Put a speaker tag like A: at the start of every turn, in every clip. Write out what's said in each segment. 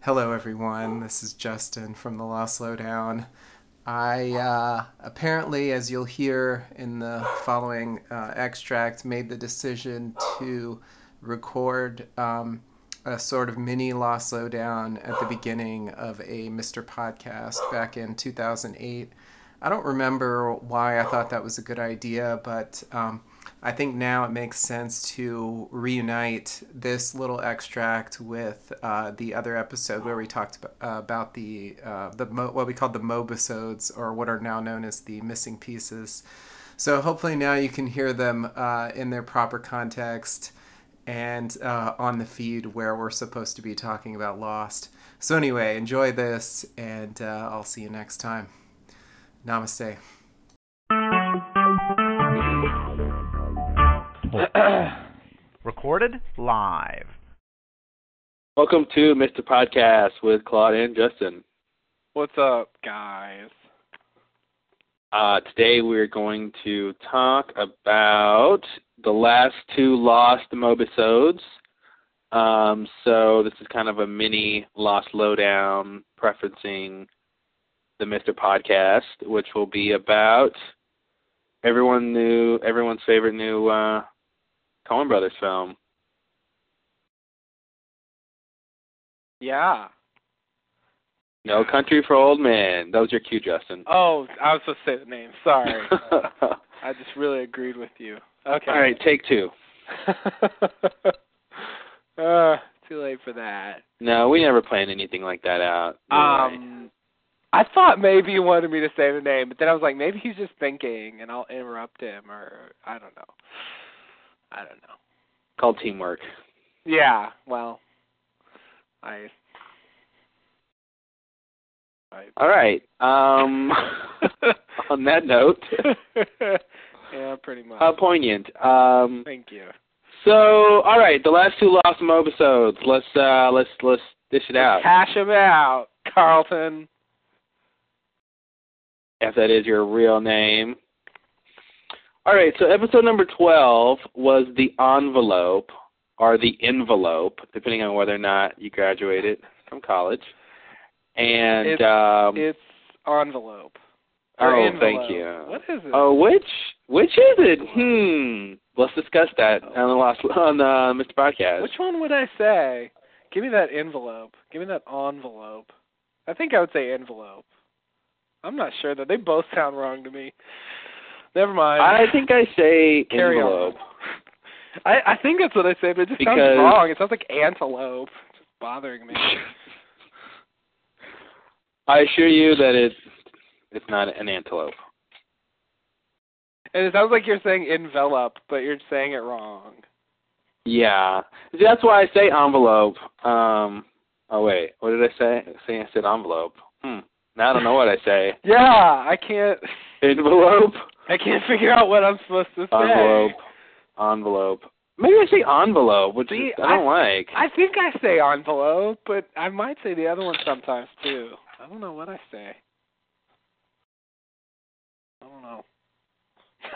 A: Hello, everyone. This is Justin from The Law Slowdown. I uh, apparently, as you'll hear in the following uh, extract, made the decision to record um, a sort of mini Law Slowdown at the beginning of a Mr. Podcast back in 2008. I don't remember why I thought that was a good idea, but um, I think now it makes sense to reunite this little extract with uh, the other episode where we talked ab- uh, about the uh, the mo- what we called the mobisodes, or what are now known as the missing pieces. So hopefully now you can hear them uh, in their proper context and uh, on the feed where we're supposed to be talking about Lost. So anyway, enjoy this, and uh, I'll see you next time. Namaste.
B: recorded live.
C: Welcome to Mr. Podcast with Claude and Justin.
D: What's up, guys?
C: Uh, today we're going to talk about the last two Lost Mobisodes. Um, so this is kind of a mini Lost Lowdown preferencing the Mr. Podcast, which will be about everyone new, everyone's favorite new uh, Coen Brothers film.
D: Yeah.
C: No Country for Old Men. That was your cue, Justin.
D: Oh, I was supposed to say the name. Sorry. I just really agreed with you. Okay.
C: All right, take two.
D: uh, too late for that.
C: No, we never plan anything like that out. You're right.
D: Um, I thought maybe you wanted me to say the name, but then I was like, maybe he's just thinking, and I'll interrupt him, or I don't know. I don't know.
C: called teamwork.
D: Yeah. Well, I. I
C: All right. Um, on that note,
D: yeah, pretty much.
C: how poignant. Um,
D: Thank you.
C: so, all right, the last two Lost episodes. Let's uh, let's let's dish it out.
D: Cash him out, Carlton.
C: if that is your real name. All right, so episode number 12 was The Envelope, or The Envelope, depending on whether or not you graduated from college. And,
D: It's-
C: um,
D: It's envelope. Or
C: oh,
D: envelope.
C: thank you.
D: What is it?
C: Oh, which which is it? Hmm. Let's discuss that on the last on uh, Mr. Podcast.
D: Oh. Which one would I say? Give me that envelope. Give me that envelope. I think I would say envelope. I'm not sure though. They both sound wrong to me. Never mind.
C: I think I say
D: Carry on.
C: envelope.
D: I I think that's what I say, but it just
C: Because-
D: sounds wrong. It sounds like antelope. It's just bothering me.
C: I assure you that it's it's not an antelope.
D: and it sounds like you're saying envelope, but you're saying it wrong.
C: Yeah, See, that's why I say envelope. Um. Oh wait, what did I say? I say I said envelope. Hmm. Now I don't know what I say.
D: Yeah, I can't.
C: Envelope.
D: I can't figure out what I'm supposed to say.
C: Envelope. Envelope. Maybe I say envelope, which
D: See,
C: is, I don't like.
D: I think I say envelope, but I might say the other one sometimes too. I don't know what I say. I don't know.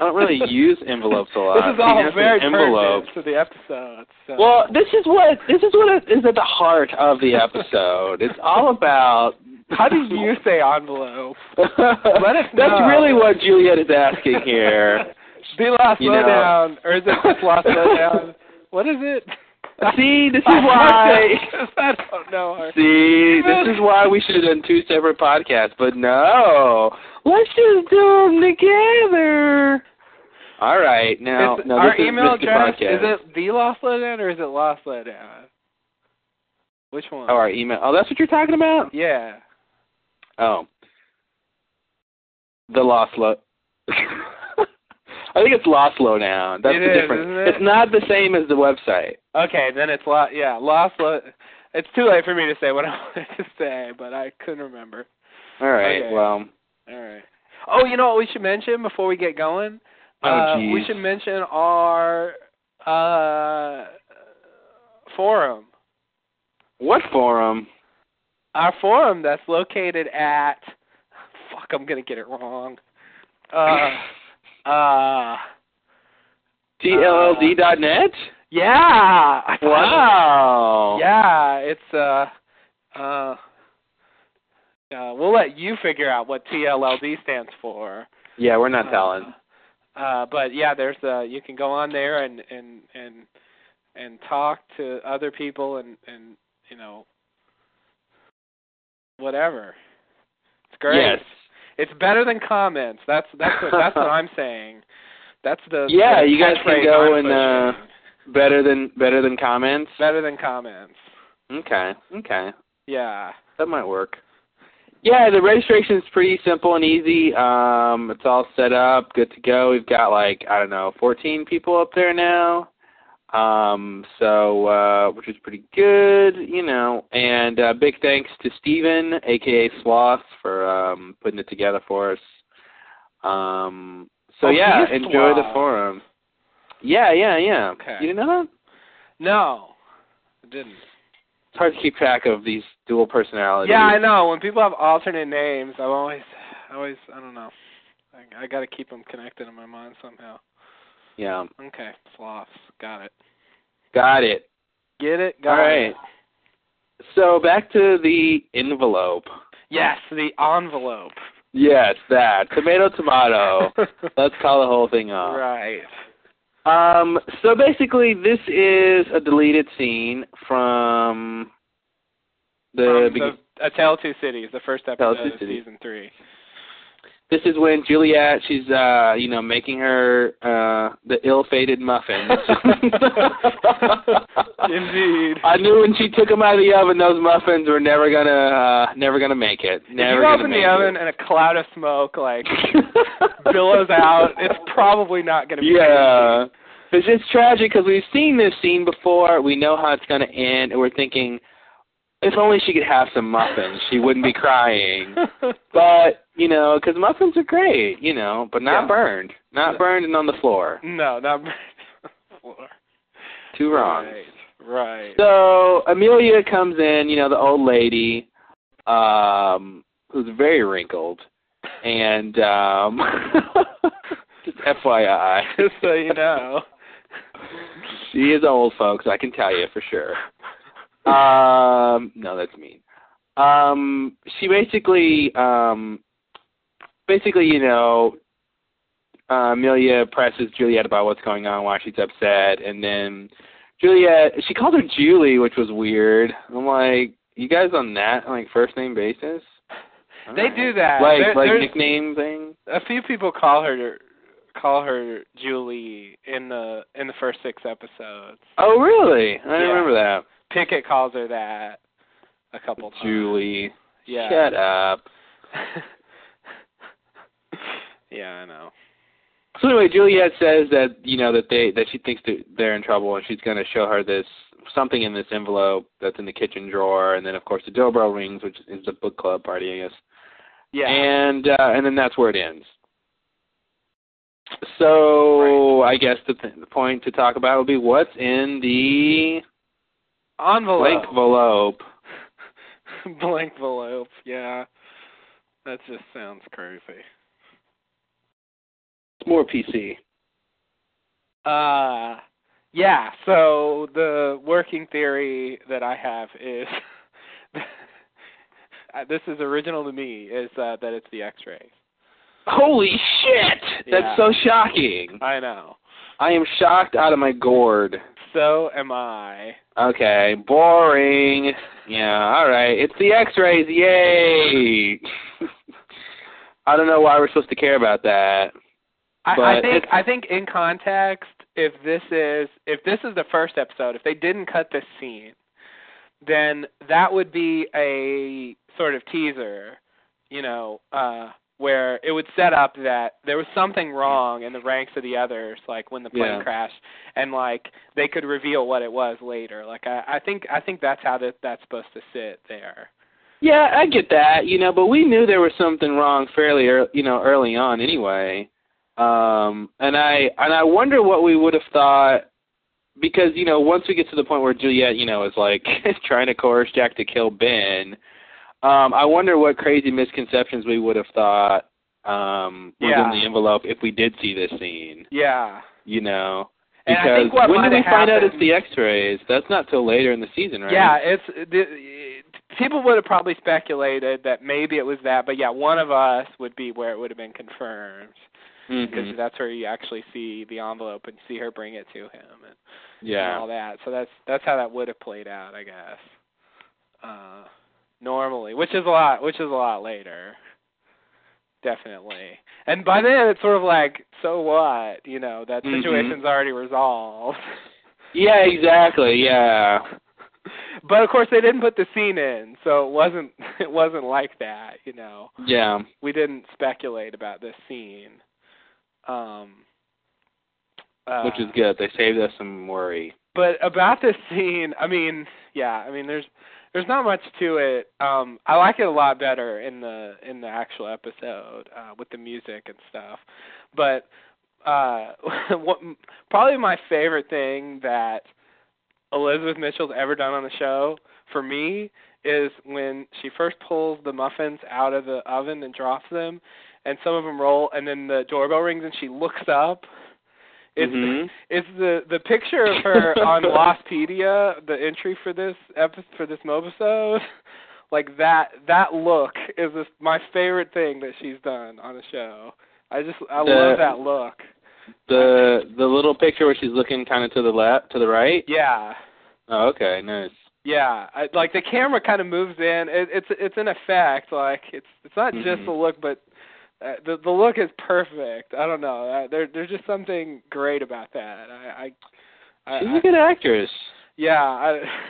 C: I don't really use envelopes a lot.
D: This is
C: See,
D: all
C: that's an
D: very
C: envelope.
D: pertinent to the episode. So.
C: Well, this is what this is what is at the heart of the episode. it's all about
D: how do you say envelope? Let us
C: That's
D: know.
C: really what Juliet is asking here.
D: The last
C: You know.
D: slowdown, or is it just lost slowdown? What is it?
C: See, this is
D: I-
C: why.
D: I don't know.
C: See, this is why we should have done two separate podcasts. But no, let's just do them together. All right, now,
D: It's-
C: now
D: our
C: this is
D: email
C: Mr.
D: address
C: podcast.
D: is it the lost slowdown or is it lost slowdown? Which one?
C: Oh, our email. Oh, that's what you're talking about.
D: Yeah.
C: Oh. The Lost Lo I think it's Lost Lo now. That's
D: It
C: the
D: is,
C: difference.
D: isn't it?
C: It's not the same as the website.
D: Okay, then it's lost. Yeah, lost. Lo- it's too late for me to say what I wanted to say, but I couldn't remember.
C: All right.
D: Okay.
C: Well,
D: All right. Oh, you know what we should mention before we get going?
C: Oh,
D: uh, we
C: geez.
D: should mention our uh, forum.
C: what forum?
D: Our forum that's located at. Fuck, I'm gonna get it wrong. Uh, uh,
C: TLLD.net?
D: yeah. I got it.
C: Wow.
D: Yeah, it's uh Uh, uh, we'll let you figure out what TLLD stands for.
C: Yeah, we're not
D: Uh,
C: telling.
D: Uh, but yeah, there's uh you can go on there and and and and talk to other people and and you know whatever. It's great.
C: Yes.
D: It's better than comments. That's that's what, that's what I'm saying. That's the
C: Yeah,
D: the
C: you guys can
D: catchphrase
C: go
D: I'm
C: and, uh,
D: pushing.
C: Better than better than comments.
D: better than comments.
C: Okay. Okay.
D: Yeah.
C: That might work. Yeah, the registration's pretty simple and easy. Um, it's all set up, good to go. We've got like I don't know, 14 people up there now. Um, so uh, which is pretty good, you know. And uh, big thanks to Steven, aka Sloth, for um, putting it together for us. Um, so
D: Oh,
C: yeah,
D: he's
C: enjoy the
D: Sloth.
C: forum. Yeah, yeah, yeah.
D: Okay.
C: You know that?
D: No. I didn't.
C: It's hard to keep track of these dual personalities.
D: Yeah, I know. When people have alternate names, I'm always, I always, I don't know. I, I got to keep them connected in my mind somehow.
C: Yeah.
D: Okay, sloths, got it.
C: Got it.
D: Get it, got
C: All
D: it.
C: right. So back to the envelope.
D: Yes, the envelope.
C: Yes, that tomato tomato. Oh. Let's uh, call the whole thing off.
D: right.
C: Um, so basically, this is a deleted scene from the
D: From
C: begin-
D: the, a Tale of Two Cities, the first
C: Tale
D: episode
C: of Two
D: of
C: Cities.
D: season three.
C: This is when Juliet, she's uh, you know, making her uh the ill-fated muffins.
D: Indeed.
C: I knew when she took them out of the oven, those muffins were never gonna, uh, never gonna make it. Never
D: if you
C: gonna
D: open
C: make
D: the oven
C: it.
D: and a cloud of smoke like billows out, it's probably not going to be.
C: yeah. It's just tragic because we've seen this scene before. We know how it's going to end, and we're thinking, if only she could have some muffins, she wouldn't be crying.
D: tasty.
C: But you know, because muffins are great, you know, but not
D: Yeah.
C: burned, not
D: No.
C: burned and on the floor.
D: no, not floor.
C: Two wrongs.
D: Right. Right.
C: So Amelia comes in, you know, the old lady, um, who's very wrinkled, and um, just FYI,
D: Just so you know.
C: she is old, folks. I can tell you for sure. Um, no, that's mean. Um, she basically, um, basically, you know, uh, Amelia presses Juliet about what's going on, why she's upset, and then Juliet, she called her Julie, which was weird. I'm like, you guys on that, like first name basis?
D: They
C: Alright.
D: do that.
C: like
D: There-
C: like
D: there's-
C: nickname thing.
D: A few people call her call her Julie in the in the first six episodes.
C: Oh, really? I
D: Yeah.
C: didn't remember that.
D: Pickett calls her that a couple times.
C: Julie,
D: Yeah.
C: shut up.
D: yeah, I know.
C: So anyway, Juliet says that you know that they that she thinks that they're in trouble, and she's going to show her this something in this envelope that's in the kitchen drawer, and then of course the doorbell rings, which is the book club party, I guess.
D: Yeah.
C: And uh, and then that's where it ends. So I guess the, th- the point to talk about would be what's in the blank
D: envelope.
C: envelope.
D: Blank envelope. Yeah. That just sounds crazy.
C: It's more PC.
D: Uh, yeah. So the working theory that I have is uh, this is original to me is uh, that it's the X-rays.
C: Holy shit!
D: Yeah.
C: That's so shocking.
D: I know.
C: I am shocked out of my gourd.
D: So am I.
C: Okay, boring. Yeah, all right. It's the X-rays. Yay! I don't know why we're supposed to care about that.
D: I, I
C: But
D: think
C: it's-
D: I think in context, if this is if this is the first episode, if they didn't cut this scene, then that would be a sort of teaser, you know, uh, where it would set up that there was something wrong in the ranks of the others, like when the plane
C: Yeah.
D: crashed, and like they could reveal what it was later. Like I, I think I think that's how that that's supposed to sit there.
C: Yeah, I get that, you know, but we knew there was something wrong fairly, ear you know, early on anyway. Um, and I and I wonder what we would have thought because you know once we get to the point where Juliet, you know, is like trying to coerce Jack to kill Ben. Um, I wonder what crazy misconceptions we would have thought um, was
D: Yeah.
C: in the envelope if we did see this scene.
D: Yeah.
C: You know,
D: And
C: because
D: I think what
C: when
D: might
C: did we
D: have
C: find out it's
D: happened-
C: the X-rays? That's not till later in the season, right?
D: Yeah, it's the, people would have probably speculated that maybe it was that, but yeah, one of us would be where it would have been confirmed because
C: Mhm.
D: that's where you actually see the envelope and see her bring it to him and, and
C: Yeah.
D: all that. So that's that's how that would have played out, I guess. Uh, normally, which is a lot, which is a lot later, definitely. And by then, it's sort of like, so what? You know, that
C: Mhm.
D: situation's already resolved.
C: Yeah, exactly. Yeah.
D: but of course, they didn't put the scene in, so it wasn't it wasn't like that, you know.
C: Yeah.
D: we didn't speculate about this scene. Um, uh,
C: Which is good. They saved us some worry.
D: But about this scene, I mean, yeah, I mean, there's there's not much to it. Um, I like it a lot better in the in the actual episode uh, with the music and stuff. But uh, what probably my favorite thing that Elizabeth Mitchell's ever done on the show for me is when she first pulls the muffins out of the oven and drops them, and some of them roll, and then the doorbell rings and she looks up. It's
C: Mhm.
D: it's the the picture of her on Lostpedia, the entry for this episode for this mobisode. Like that that look is this, my favorite thing that she's done on a show. I just I
C: The-
D: love that look.
C: The the little picture where she's looking kind of to the left, to the right.
D: Yeah.
C: Oh, okay, nice.
D: Yeah, I, like the camera kind of moves in. It, it's it's an effect. Like it's it's not just
C: Mhm.
D: the look, but uh, the the look is perfect. I don't know. Uh, there there's just something great about that. I I, I,
C: She's
D: I
C: a good actress.
D: yeah. I,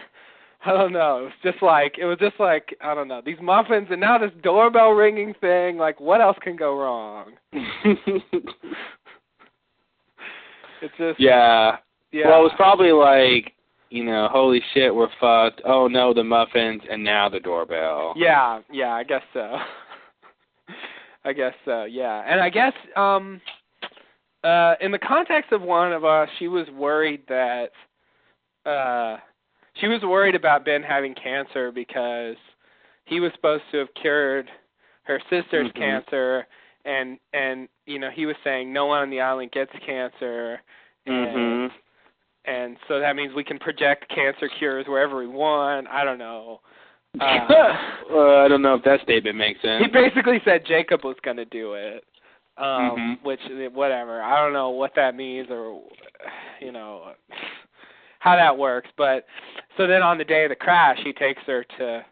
D: I don't know. It was just like it was just like I don't know these muffins and now this doorbell ringing thing. Like what else can go wrong? It's just
C: yeah.
D: yeah.
C: Well, it was probably like, you know, holy shit, we're fucked. Oh no, the muffins, and now the doorbell.
D: Yeah, yeah, I guess so. I guess so, yeah. And I guess um uh in the context of one of us, she was worried that uh she was worried about Ben having cancer because he was supposed to have cured her sister's
C: Mhm.
D: cancer and and you know, he was saying no one on the island gets cancer and
C: Mhm.
D: and so that means we can project cancer cures wherever we want. I don't know. Uh,
C: Well, I don't know if that statement makes sense.
D: he basically said Jacob was going to do it. Um
C: Mhm.
D: which whatever. I don't know what that means or you know how that works, but so then on the day of the crash, he takes her to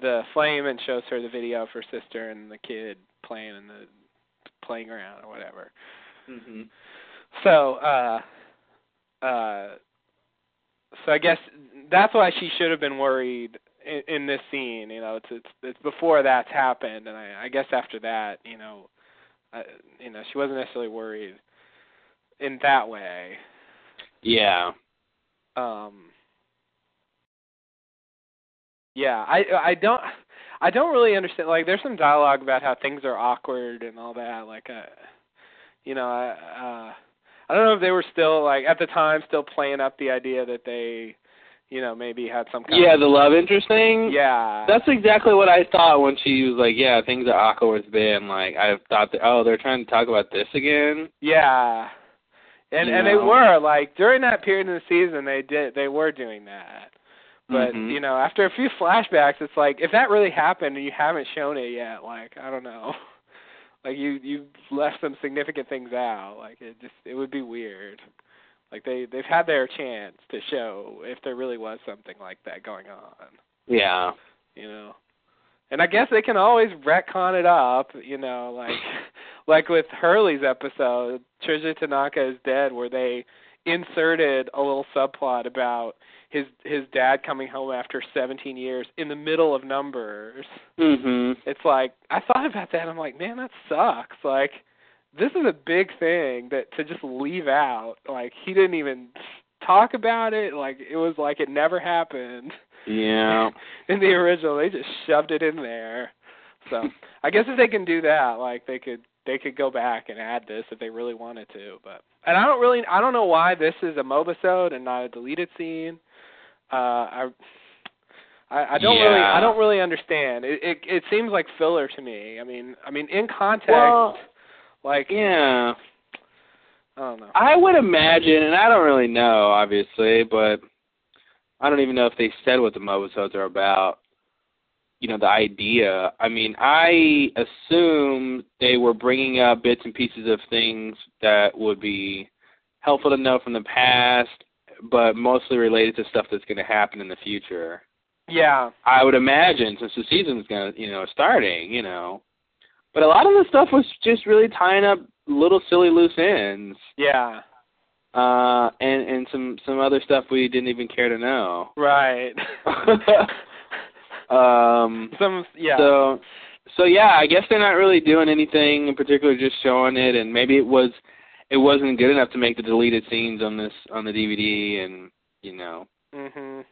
D: the flame and shows her the video of her sister and the kid playing in the playing around or whatever.
C: Mhm.
D: So, uh, uh, so I guess that's why she should have been worried in, in this scene. You know, it's it's it's before that's happened, and I, I guess after that, you know, uh, you know, she wasn't necessarily worried in that way.
C: Yeah.
D: Um, yeah, I I don't. I don't really understand. Like, there's some dialogue about how things are awkward and all that. Like, uh, you know, I, uh, I don't know if they were still like at the time still playing up the idea that they, you know, maybe had some kind.
C: Yeah,
D: of,
C: the love interest thing.
D: yeah,
C: That's exactly what I thought when she was like, "Yeah, things are awkward with Ben." Like I thought that, oh, they're trying to talk about this again.
D: yeah, and and they
C: Yeah.
D: were like during that period in the season they did they were doing that. But
C: Mhm.
D: you know, after a few flashbacks, it's like if that really happened and you haven't shown it yet, like I don't know, like you you left some significant things out. Like it just it would be weird. Like they they've had their chance to show if there really was something like that going on,
C: yeah,
D: you know. And I guess they can always retcon it up, you know, like like with Hurley's episode, Trisha Tanaka is dead, where they inserted a little subplot about his his dad coming home after 17 years in the middle of numbers.
C: Mhm.
D: It's like I thought about that. I'm like, man, that sucks. Like this is a big thing that to just leave out. Like he didn't even talk about it. Like it was like it never happened
C: Yeah.
D: in the original. They just shoved it in there. So I guess if they can do that, like they could they could go back and add this if they really wanted to. But and I don't really I don't know why this is a mobisode and not a deleted scene. Uh, I. I, I don't really,
C: Yeah.
D: I don't really understand. It, it it seems like filler to me. I mean, I mean, in context,
C: Well,
D: like
C: yeah.
D: I don't know.
C: I would imagine, and I don't really know, obviously, but I don't even know if they said what the mobisodes are about. you know the idea. I mean, I assume they were bringing up bits and pieces of things that would be helpful to know from the past, but mostly related to stuff that's going to happen in the future.
D: Yeah.
C: I would imagine since the season's gonna you know starting, you know. But a lot of the stuff was just really tying up little silly loose ends.
D: Yeah.
C: Uh and and some some other stuff we didn't even care to know.
D: Right.
C: um
D: Some yeah.
C: so so yeah, I guess they're not really doing anything in particular just showing it and maybe it was it wasn't good enough to make the deleted scenes on this on the DVD and you know
D: mhm.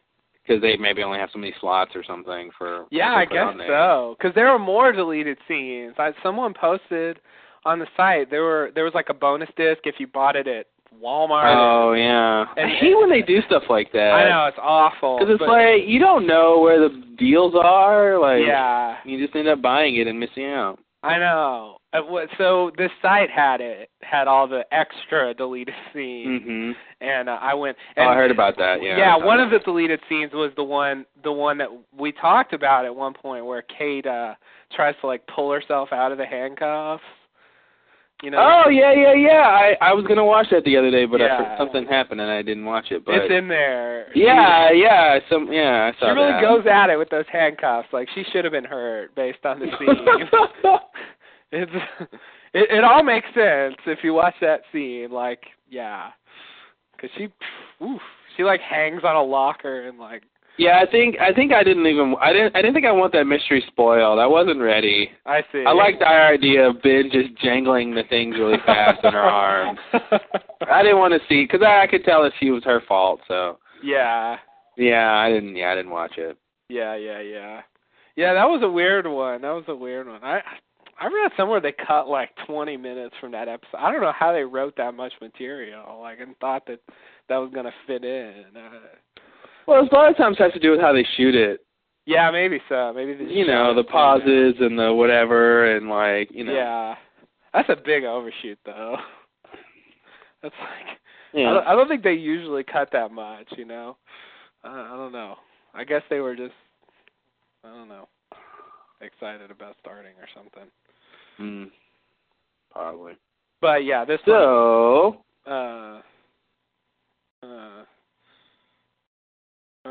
C: because they maybe only have so many slots or something for
D: Yeah,
C: what
D: I
C: they put
D: guess
C: on there.
D: so. Because there are more deleted scenes. I, someone posted on the site there were there was like a bonus disc if you bought it at Walmart.
C: Oh yeah.
D: And-
C: I hate when they do stuff like that.
D: I know it's awful.
C: Because it's
D: but-
C: like you don't know where the deals are. Like
D: yeah,
C: you just end up buying it and missing out.
D: I know. Uh, what- So this site had it had all the extra deleted scenes,
C: Mhm.
D: and uh, I went.
C: Oh,
D: And
C: I heard about that. Yeah.
D: yeah one of the deleted scenes was the one the one that we talked about at one point where kate uh tries to like pull herself out of the handcuffs you know
C: Oh yeah, yeah, yeah. I I was gonna watch that the other day, but I,
D: Yeah.
C: something happened and I didn't watch it. But
D: it's in there
C: yeah, yeah, some yeah. I
D: she,
C: saw
D: she really
C: that.
D: goes at it with those handcuffs like she should have been hurt based on the scene it's it, it all makes sense if you watch that scene like yeah because she oof, she like hangs on a locker and like
C: yeah, I think I think I didn't even I didn't I didn't think I want that mystery spoiled. I wasn't ready.
D: i see
C: I like the idea of Ben just jangling the things really fast in her arms. I didn't want to see because I, I could tell if she was her fault. So
D: yeah
C: yeah, I didn't. Yeah, I didn't watch it.
D: Yeah, yeah, yeah. Yeah, that was a weird one. That was a weird one. I I read somewhere they cut like 20 minutes from that episode. I don't know how they wrote that much material, like, and thought that that was gonna fit in. Uh,
C: Well, a lot of times it has to do with how they shoot it.
D: yeah, maybe so. Maybe they
C: You
D: just
C: know,
D: shot
C: the
D: it somewhere.
C: pauses and the whatever, and like you know.
D: Yeah, that's a big overshoot though. That's like
C: Yeah.
D: I, don't, I don't think they usually cut that much. You know, I, I don't know. I guess they were just I don't know excited about starting or something.
C: Mm. Probably.
D: But yeah, this one-
C: So
D: uh, uh, uh,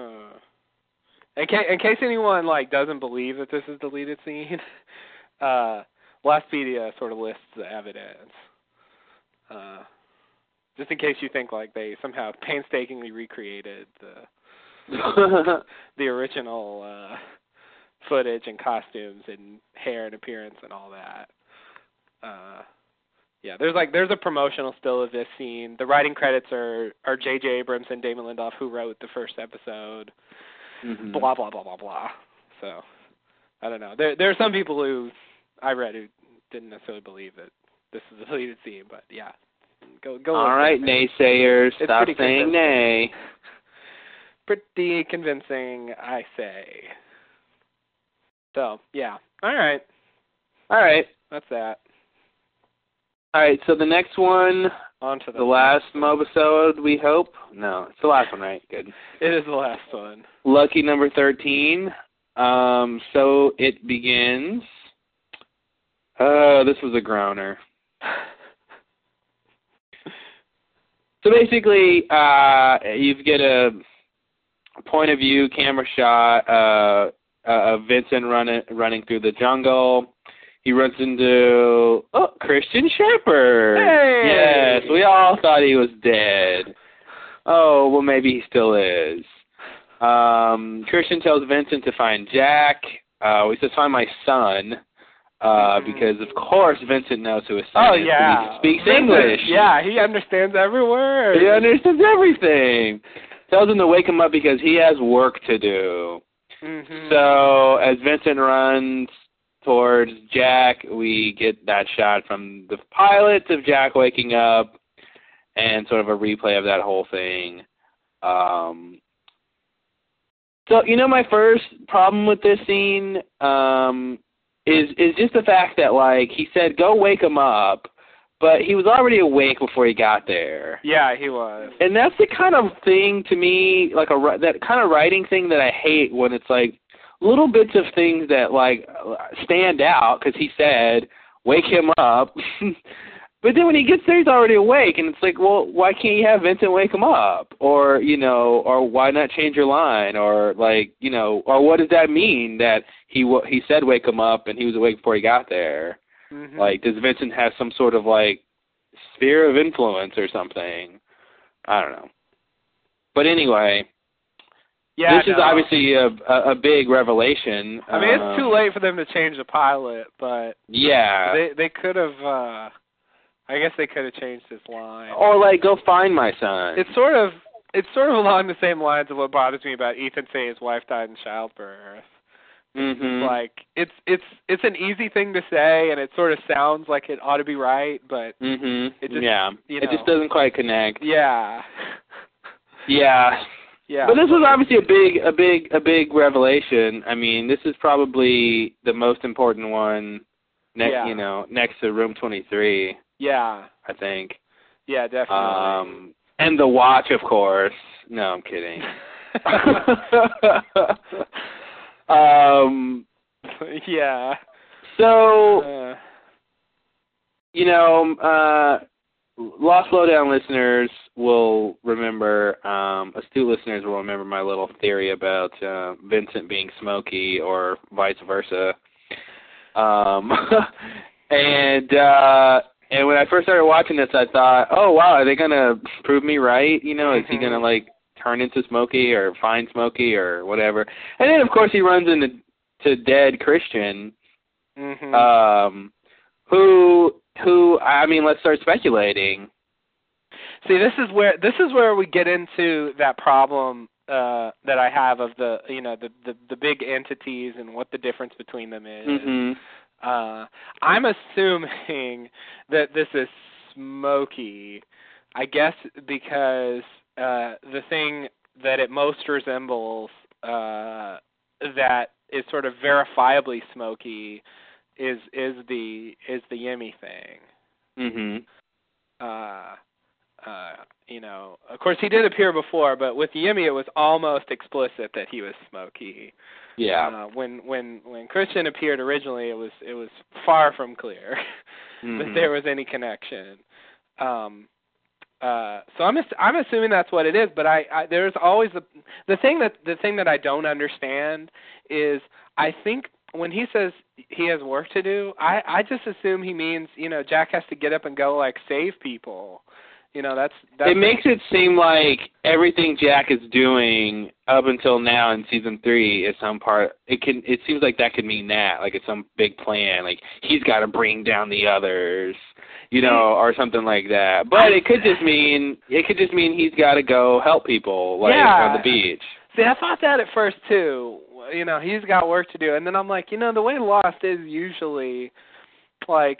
D: in, ca- in case anyone like doesn't believe that this is deleted scene, uh, Lastpedia sort of lists the evidence. Uh, just in case you think like they somehow painstakingly recreated the
C: Mm-hmm.
D: the original uh, footage and costumes and hair and appearance and all that. Uh, yeah, there's like there's a promotional still of this scene. The writing credits are are J.J. Abrams and Damon Lindelof who wrote the first episode.
C: Mhm.
D: Blah blah blah blah blah. So I don't know. There there are some people who I read who didn't necessarily believe that this is a deleted scene, but yeah. Go go.
C: All right,
D: Nate
C: naysayers,
D: It's
C: stop
D: pretty
C: saying
D: consistent.
C: nay.
D: pretty convincing, I say. So, yeah. All right.
C: All right,
D: That's that.
C: all right. So the next one,
D: On to the,
C: the last mobisode, we hope. No, it's the last one, right? Good.
D: It is the last one.
C: Lucky number 13. Um, so it begins. Uh, this was a groaner. So basically, uh, you get a point of view camera shot uh, uh, of Vincent running running through the jungle. He runs into oh, Christian Shepherd.
D: Hey!
C: Yes, we all thought he was dead. Oh, well, maybe he still is. Um, Christian tells Vincent to find Jack. Uh, he says, find my son. Uh,
D: Mhm.
C: because of course Vincent knows who his son
D: Oh,
C: is. 'cause
D: yeah.
C: He speaks
D: Vincent,
C: English.
D: Yeah, he understands every word.
C: He understands everything. Tells him to wake him up because he has work to do.
D: Mhm.
C: So as Vincent runs towards Jack, we get that shot from the pilots of Jack waking up and sort of a replay of that whole thing. Um so you know my first problem with this scene um is is just the fact that like he said go wake him up, but he was already awake before he got there
D: Yeah, he was.
C: and that's the kind of thing to me like a ri- that kind of writing thing that i hate when it's like little bits of things that like stand out because he said wake him up. but then when he gets there, he's already awake, and it's like, well, why can't you have Vincent wake him up, or you know, or why not change your line, or like you know, or what does that mean that he w- he said wake him up and he was awake before he got there?
D: Mhm.
C: Like, does Vincent have some sort of like sphere of influence or something? I don't know. But anyway,
D: yeah,
C: this is
D: no.
C: obviously a a, a big revelation.
D: I mean,
C: Um,
D: it's too late for them to change the pilot, but
C: Yeah.
D: they they could have. uh I guess they could have changed his line.
C: or like, go find my son.
D: It's sort of it's sort of along the same lines of what bothers me about Ethan saying his wife died in childbirth.
C: Mhm.
D: Like it's it's it's an easy thing to say, and it sort of sounds like it ought to be right, but
C: Mhm.
D: It just-
C: yeah.
D: you
C: It just
D: know.
C: doesn't quite connect.
D: yeah,
C: Yeah.
D: yeah.
C: But this was obviously a big, a big, a big revelation. I mean, this is probably the most important one. Next,
D: Yeah.
C: you know, next to Room 23,
D: yeah,
C: I think.
D: yeah, definitely.
C: Um, and the watch, of course. No, I'm kidding. um,
D: yeah.
C: so
D: Uh,
C: you know, uh, Lost Lowdown listeners will remember, um, astute listeners will remember my little theory about uh, Vincent being smoky or vice versa. Um, and uh, and when I first started watching this, I thought, oh wow, are they gonna prove me right? You know, is he
D: Mhm.
C: gonna like turn into Smokey or find Smokey or whatever? And then of course he runs into to dead Christian
D: mhm.
C: um, who who I mean, let's start speculating.
D: See, this is where this is where we get into that problem uh, that I have of the you know the, the the big entities and what the difference between them is.
C: Mhm.
D: Uh, I'm assuming that this is smoky. I guess because uh, the thing that it most resembles uh, that is sort of verifiably smoky is is the is the Yemi thing Mm-hmm.
C: Mhm.
D: uh, uh, you know, of course he did appear before, but with Yimmy it was almost explicit that he was Smokey.
C: Yeah.
D: Uh, when when when Christian appeared originally, it was it was far from clear that
C: Mhm.
D: there was any connection. Um, uh, so I'm ass- I'm assuming that's what it is, but I, I there's always the the thing that the thing that I don't understand is I think when he says he has work to do, I I just assume he means you know Jack has to get up and go like save people, you know that's that's
C: It makes it seem like everything Jack is doing up until now in season three is some part. It can. It seems like that could mean that, like it's some big plan. Like he's got to bring down the others, you
D: Mm-hmm.
C: know, or something like that. But it could just mean it could just mean he's got to go help people, like
D: Yeah.
C: on the beach.
D: See, I thought that at first too. You know, he's got work to do, and then I'm like, you know, the way Lost is usually, like,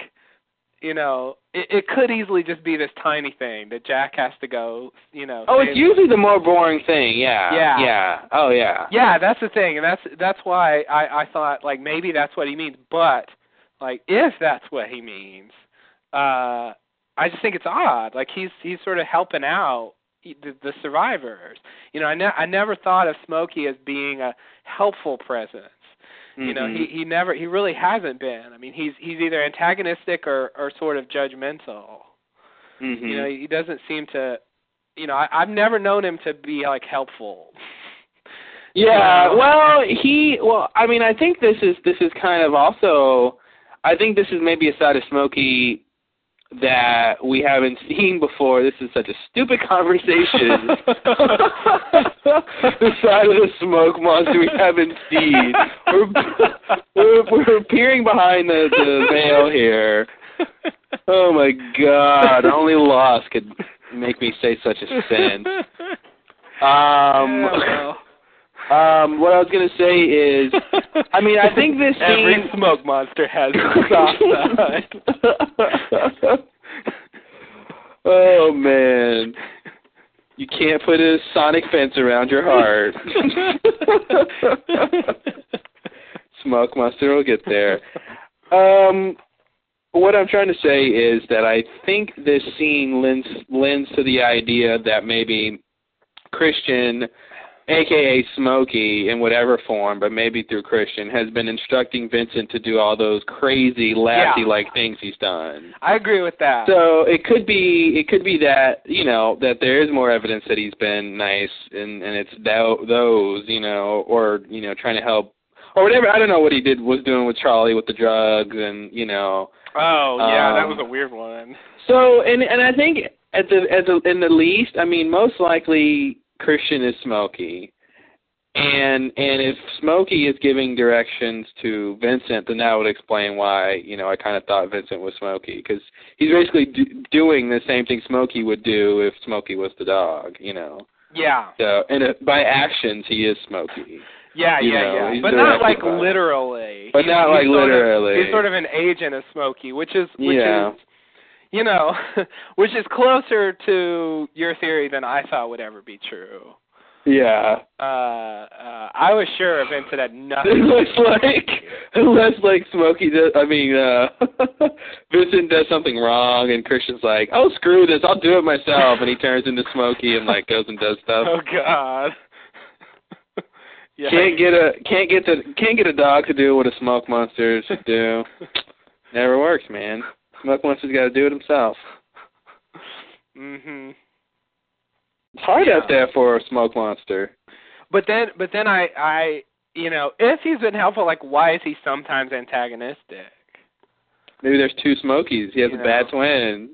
D: you know, it, it could easily just be this tiny thing that Jack has to go. You know.
C: Oh,
D: save-
C: it's usually the more boring thing. Yeah.
D: Yeah.
C: Yeah. Oh, yeah.
D: Yeah, that's the thing, and that's that's why I I thought like maybe that's what he means, but like if that's what he means, uh, I just think it's odd. Like he's he's sort of helping out e, the, the survivors. You know, I ne- I never thought of Smokey as being a helpful presence. You know,
C: Mhm.
D: he he never he really hasn't been. I mean, he's he's either antagonistic or or sort of judgmental.
C: Mhm.
D: You know, he doesn't seem to. You know, I, I've never known him to be like helpful.
C: Yeah.
D: Yeah.
C: Well, he. Well, I mean, I think this is this is kind of also. I think this is maybe a side of Smokey that we haven't seen before. This is such a stupid conversation. the side of the smoke monster we haven't seen. We're we're, we're peering behind the, the veil here. Oh my God! Only loss could make me say such a sin. Um,
D: Yeah,
C: um, what I was gonna say is,
D: well.
C: I mean, I think this
D: every
C: scene.
D: smoke monster has a soft side.
C: oh man, you can't put a sonic fence around your heart. Smoke monster will get there. Um, what I'm trying to say is that I think this scene lends lends to the idea that maybe Christian aka Smokey, in whatever form, but maybe through Christian, has been instructing Vincent to do all those crazy, laffy like things he's done.
D: I agree with that.
C: So it could be it could be that you know that there is more evidence that he's been nice, and and it's tho- those you know, or you know, trying to help or whatever. I don't know what he did was doing with Charlie with the drugs, and you know.
D: oh yeah, that
C: um,
D: was a weird one.
C: So and and I think at the at the in the least, I mean, most likely Christian is Smokey, and and if Smokey is giving directions to Vincent, then that would explain why you know I kind of thought Vincent was Smokey because he's basically do, doing the same thing Smokey would do if Smokey was the dog, you know.
D: Yeah.
C: So and uh, by actions he is Smokey.
D: Yeah,
C: you
D: yeah,
C: know,
D: yeah.
C: he's
D: But not
C: directed
D: like
C: by it.
D: literally.
C: But
D: He's-
C: not,
D: he's
C: like,
D: sort of-
C: literally.
D: he's sort of an agent of Smokey, which is which
C: Yeah.
D: is you know, which is closer to your theory than I thought would ever be true.
C: Yeah.
D: Uh, uh I was sure Vincent had nothing.
C: unless like unless like Smokey does I mean uh Vincent does something wrong and Christian's like, Oh screw this, I'll do it myself and he turns into Smokey and like goes and does stuff.
D: oh God. yeah.
C: Can't get a can't get the can't get a dog to do what a smoke monster should do. Never works, man. Smoke monster's gotta do it himself.
D: mhm.
C: It's hard
D: Yeah.
C: out there for a smoke monster.
D: But then but then I I you know, if he's been helpful, like why is he sometimes antagonistic?
C: Maybe there's two Smokies. He has
D: You
C: a bad
D: know.
C: twin.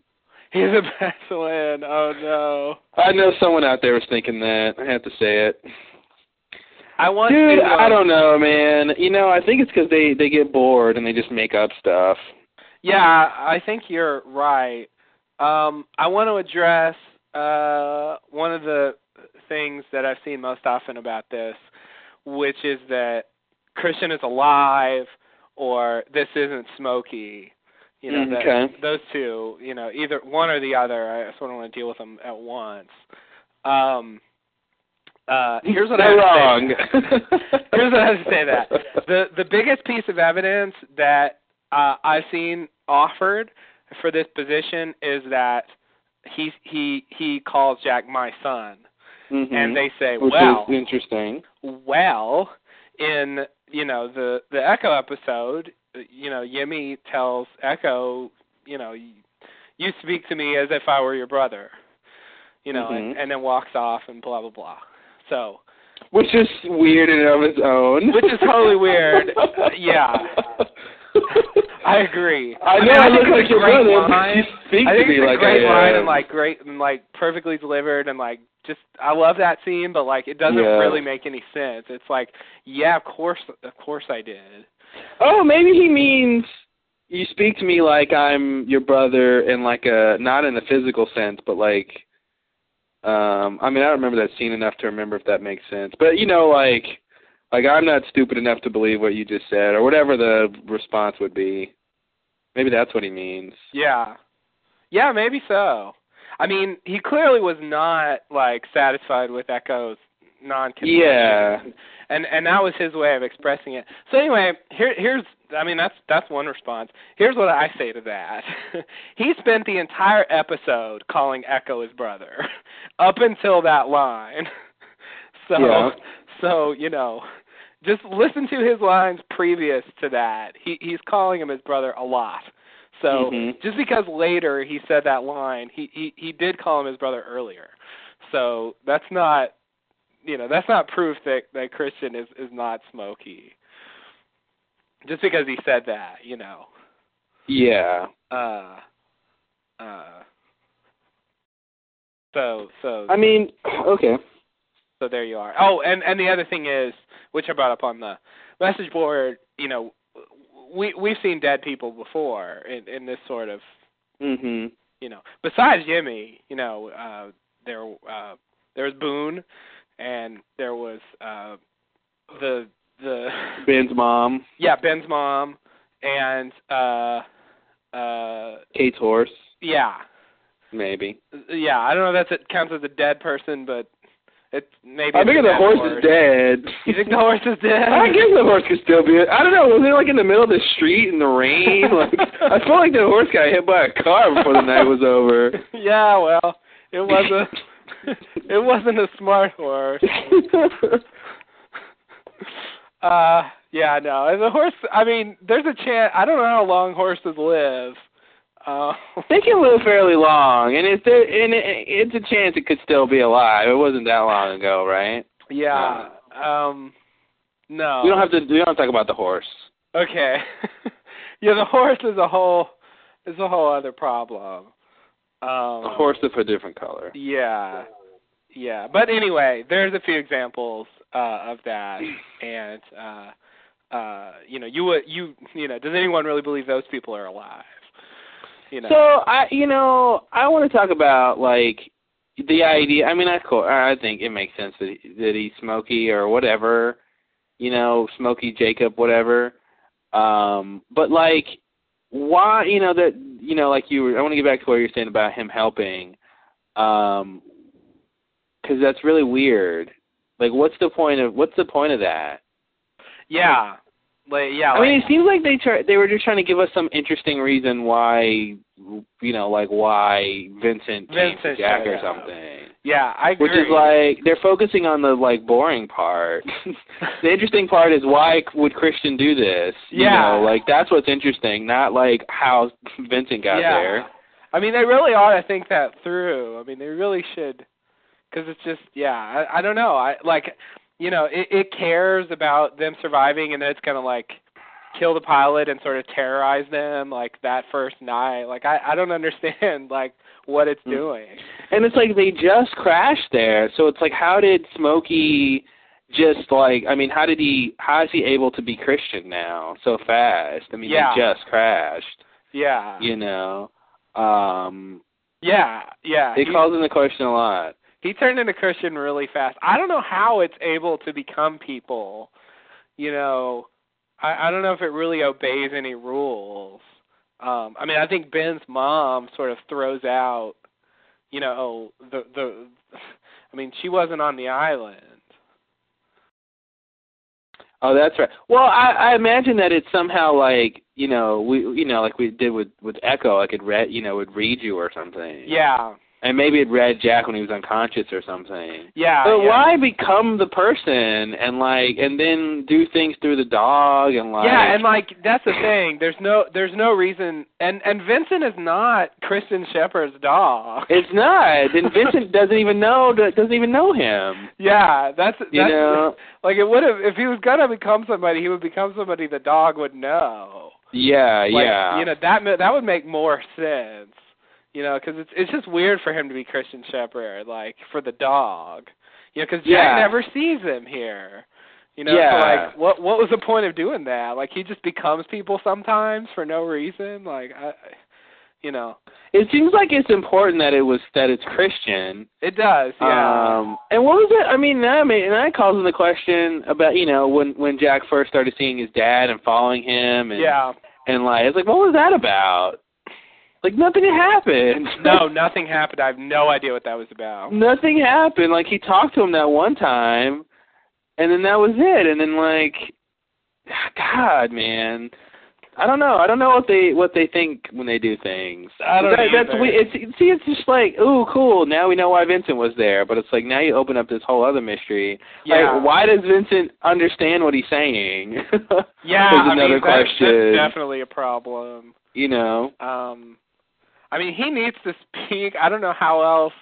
D: He's a Basilian. Oh no.
C: I know someone out there was thinking that. I have to say it.
D: I want
C: Dude,
D: to. uh,
C: I don't know, man. You know, I think it's because they they get bored and they just make up stuff.
D: Yeah, I think you're right. Um, I want to address uh, one of the things that I've seen most often about this, which is that Christian is alive, or this isn't Smokey. You know,
C: Mm,
D: that-
C: okay.
D: those two. You know, either one or the other. I sort of want to deal with them at once. Um, uh, here's what
C: They're
D: I would say.
C: wrong.
D: Here's what I have to say that. The the biggest piece of evidence that uh, I've seen offered for this position is that he he he calls Jack my son,
C: Mhm.
D: and they say,
C: Which
D: well,
C: is interesting.
D: well, in you know the the Echo episode, you know Yimmy tells Echo, you know, you speak to me as if I were your brother, you know, and,
C: Mhm.
D: and then walks off and blah blah blah. So.
C: Which is weird in and of its own.
D: Which is totally weird. Yeah. I agree.
C: I know
D: mean,
C: I, look
D: think it's
C: like
D: a
C: your
D: great
C: brother. but
D: Line.
C: You speak
D: I think
C: to me
D: it's a
C: like
D: great
C: I
D: line
C: am.
D: and like great and like perfectly delivered and like just I love that scene, but like it doesn't
C: Yeah.
D: really make any sense. It's like, yeah, of course, of course I did.
C: Oh, maybe he means you speak to me like I'm your brother in like a not in a physical sense, but like um I mean I don't remember that scene enough to remember if that makes sense. But you know, like like I'm not stupid enough to believe what you just said or whatever the response would be. Maybe that's what he means.
D: Yeah, yeah, maybe so. I mean, he clearly was not like satisfied with Echo's non.
C: Yeah.
D: and and that was his way of expressing it. So anyway, here here's I mean that's that's one response. Here's what I say to that. he spent the entire episode calling Echo his brother up until that line. So
C: Yeah.
D: so you know, just listen to his lines previous to that. He he's calling him his brother a lot. So
C: Mhm.
D: just because later he said that line, he he he did call him his brother earlier. So that's not you know that's not proof that that Christian is is not Smokey. Just because he said that, you know.
C: Yeah.
D: Uh, uh. So so
C: I mean, okay.
D: so there you are. Oh, and and the other thing is, which I brought up on the message board, you know, we we've seen dead people before in in this sort of
C: Mhm.
D: you know, besides Jimmy, you know, uh, there uh, there was Boone, and there was uh, the the
C: Ben's mom,
D: yeah Ben's mom, and uh, uh,
C: Kate's horse,
D: yeah,
C: maybe.
D: yeah. I don't know if that counts as a dead person, but it maybe.
C: I
D: it's a
C: figure the
D: dead
C: horse is dead.
D: You think the horse is dead?
C: I guess the horse could still be. I don't know. Was it like in the middle of the street in the rain? Like I feel like the horse got hit by a car before the night was over.
D: yeah, well, it was a it wasn't a smart horse. Uh, yeah, no. The horse. I mean, there's a chance. I don't know how long horses live. Uh,
C: they can live fairly long, and it's there, and it, it's a chance it could still be alive. It wasn't that long ago, right?
D: yeah. Um, no.
C: We don't have to. We don't have to talk about the horse.
D: Okay. yeah, the horse is a whole is a whole other problem. Um,
C: A horse of a different color.
D: Yeah. Yeah. But anyway, there's a few examples uh, of that, and uh, uh, you know, you would you you know, does anyone really believe those people are alive? You know.
C: So I, you know, I want to talk about like the idea. I mean, I co- I think it makes sense that he, that he's Smokey or whatever, you know, Smokey Jacob, whatever. Um, but like, why, you know, that you know, like you were. I want to get back to what you were saying about him helping, um, because that's really weird. Like, what's the point of what's the point of that?
D: yeah. Like yeah.
C: I mean,
D: like-
C: it seems like they try, they were just trying to give us some interesting reason why, you know, like why Vincent came to
D: Vincent
C: Jack
D: showed
C: or
D: up.
C: something.
D: yeah, I agree.
C: Which is like they're focusing on the like boring part. the interesting part is why would Christian do this? You
D: Yeah.
C: know, like that's what's interesting, not like how Vincent got
D: yeah.
C: there.
D: I mean, they really ought to think that through. I mean, they really should, because it's just, yeah, I, I don't know. I like, you know, it, it cares about them surviving, and then it's gonna like kill the pilot and sort of terrorize them like that first night. Like, I, I don't understand like what it's
C: Mm.
D: doing.
C: And it's like they just crashed there, so it's like how did Smokey just like I mean, how did he how is he able to be Christian now so fast? I mean,
D: Yeah.
C: he just crashed.
D: Yeah,
C: you know um
D: yeah, yeah.
C: it
D: He-
C: calls into question a lot
D: he turned into Christian really fast. I don't know how it's able to become people. You know, I, I don't know if it really obeys any rules. Um, I mean, I think Ben's mom sort of throws out, you know, the the. I mean, she wasn't on the island.
C: oh that's right well i i imagine that it's somehow like you know we you know like we did with with echo like it read you know would read you or something
D: Yeah,
C: and maybe it read jack when he was unconscious or something
D: yeah.
C: but
D: Uh, yeah.
C: why become the person and like and then do things through the dog and like
D: yeah, and like that's the thing. There's no there's no reason, and and Vincent is not Kristen Shepherd's dog.
C: it's not and vincent doesn't even know doesn't even know him
D: Yeah, that's
C: you
D: that's
C: know
D: Like it would have if he was gonna become somebody, he would become somebody the dog would know.
C: yeah
D: Like,
C: yeah
D: You know that ma- that would make more sense. You know, because it's it's just weird for him to be Christian Shepherd, like for the dog. You know, because Jack
C: Yeah.
D: never sees him here. You know, so
C: Yeah.
D: like what what was the point of doing that? Like he just becomes people sometimes for no reason. Like I, you know,
C: it seems like it's important that it was that it's christian
D: it does. Yeah.
C: Um, and what was it? I mean, that made, and that calls in the question about you know when when Jack first started seeing his dad and following him and
D: yeah.
C: and like it's like what was that about? Like nothing happened.
D: No, nothing happened. I have no idea what that was about.
C: nothing happened. Like he talked to him that one time, and then that was it. And then like, God, man. I don't know. I don't know what they what they think when they do things.
D: I don't
C: that, That's
D: either.
C: we. It's see. It's just like, ooh, cool. Now we know why Vincent was there. But it's like now you open up this whole other mystery.
D: Yeah.
C: Like, why does Vincent understand what he's saying?
D: Yeah,
C: Is
D: I mean,
C: another
D: that's, that's
C: question.
D: definitely a problem.
C: you know.
D: Um, I mean, he needs to speak. I don't know how else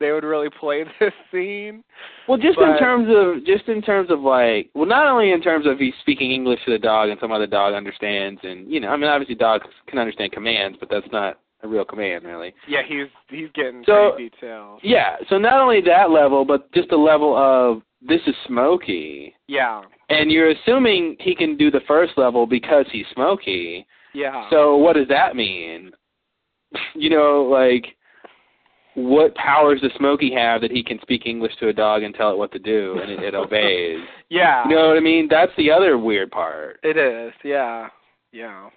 D: they would really play this scene.
C: Well, just
D: But-
C: in terms of just in terms of like, well, not only in terms of he's speaking English to the dog and somehow the dog understands, and you know, I mean, obviously dogs can understand commands, but that's not a real command, really.
D: Yeah, he's he's getting
C: So-
D: pretty detailed.
C: Yeah. So not only that level, but just the level of this is Smokey,
D: Yeah,
C: and you're assuming he can do the first level because he's Smokey.
D: yeah.
C: So what does that mean? You know, like what powers does Smokey have that he can speak English to a dog and tell it what to do and it, it obeys?
D: yeah,
C: You know what I mean? That's the other weird part.
D: it is. Yeah, yeah.